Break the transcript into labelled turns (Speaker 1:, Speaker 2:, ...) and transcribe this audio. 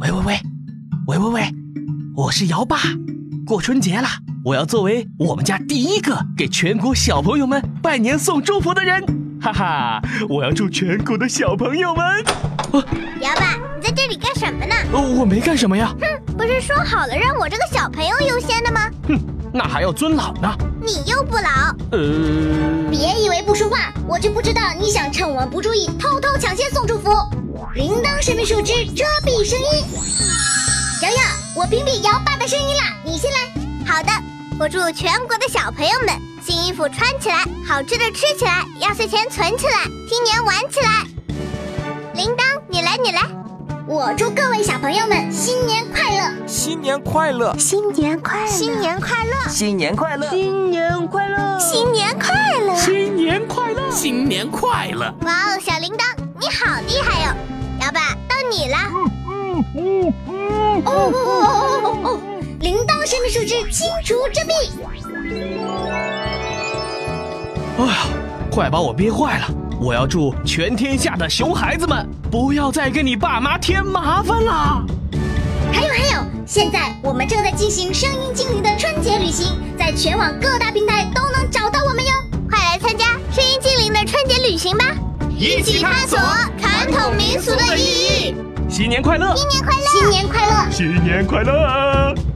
Speaker 1: 喂喂喂，喂喂喂，我是姚爸，过春节了，我要作为我们家第一个给全国小朋友们拜年送祝福的人，哈哈！我要祝全国的小朋友们，啊，
Speaker 2: 姚爸，你在这里干什么呢？
Speaker 1: 呃我没干什么呀，
Speaker 2: 不是说好了让我这个小朋友优先的吗？
Speaker 1: 那还要尊老呢，
Speaker 2: 你又不老，
Speaker 1: 呃，
Speaker 2: 别以为不说话我就不知道你想趁我们不注意偷偷抢先送祝福。铃铛是被树枝遮蔽声音。瑶瑶，我屏蔽姚爸的声音啦，你先来。好的，我祝全国的小朋友们新衣服穿起来，好吃的吃起来，压岁钱存起来，新年玩起来。铃铛，你来，你来。我祝各位小朋友们新年快乐，
Speaker 3: 新年快乐，
Speaker 4: 新年快乐！
Speaker 2: 新年快乐，
Speaker 3: 新年快乐，
Speaker 4: 新年快乐！
Speaker 2: 新年快
Speaker 1: 新年快
Speaker 2: 乐。
Speaker 1: 乐，新年快乐，
Speaker 2: 哇哦，小铃铛，你好厉害哟、老板，到你了。哦哦哦哦哦哦！铃铛上面树枝清除遮蔽。
Speaker 1: 哎呀，快把我憋坏了！我要祝全天下的熊孩子们不要再给你爸妈添麻烦啦。
Speaker 2: 还有还有，现在我们正在进行声音精灵的春节旅行，在全网各大平台都能找到我们哟！快来参加声音精灵的春节旅行吧，
Speaker 1: 一起探索
Speaker 2: 传统民俗的意义。
Speaker 1: 新年快乐，
Speaker 2: 新年快乐！新年快乐！
Speaker 1: 新年快乐！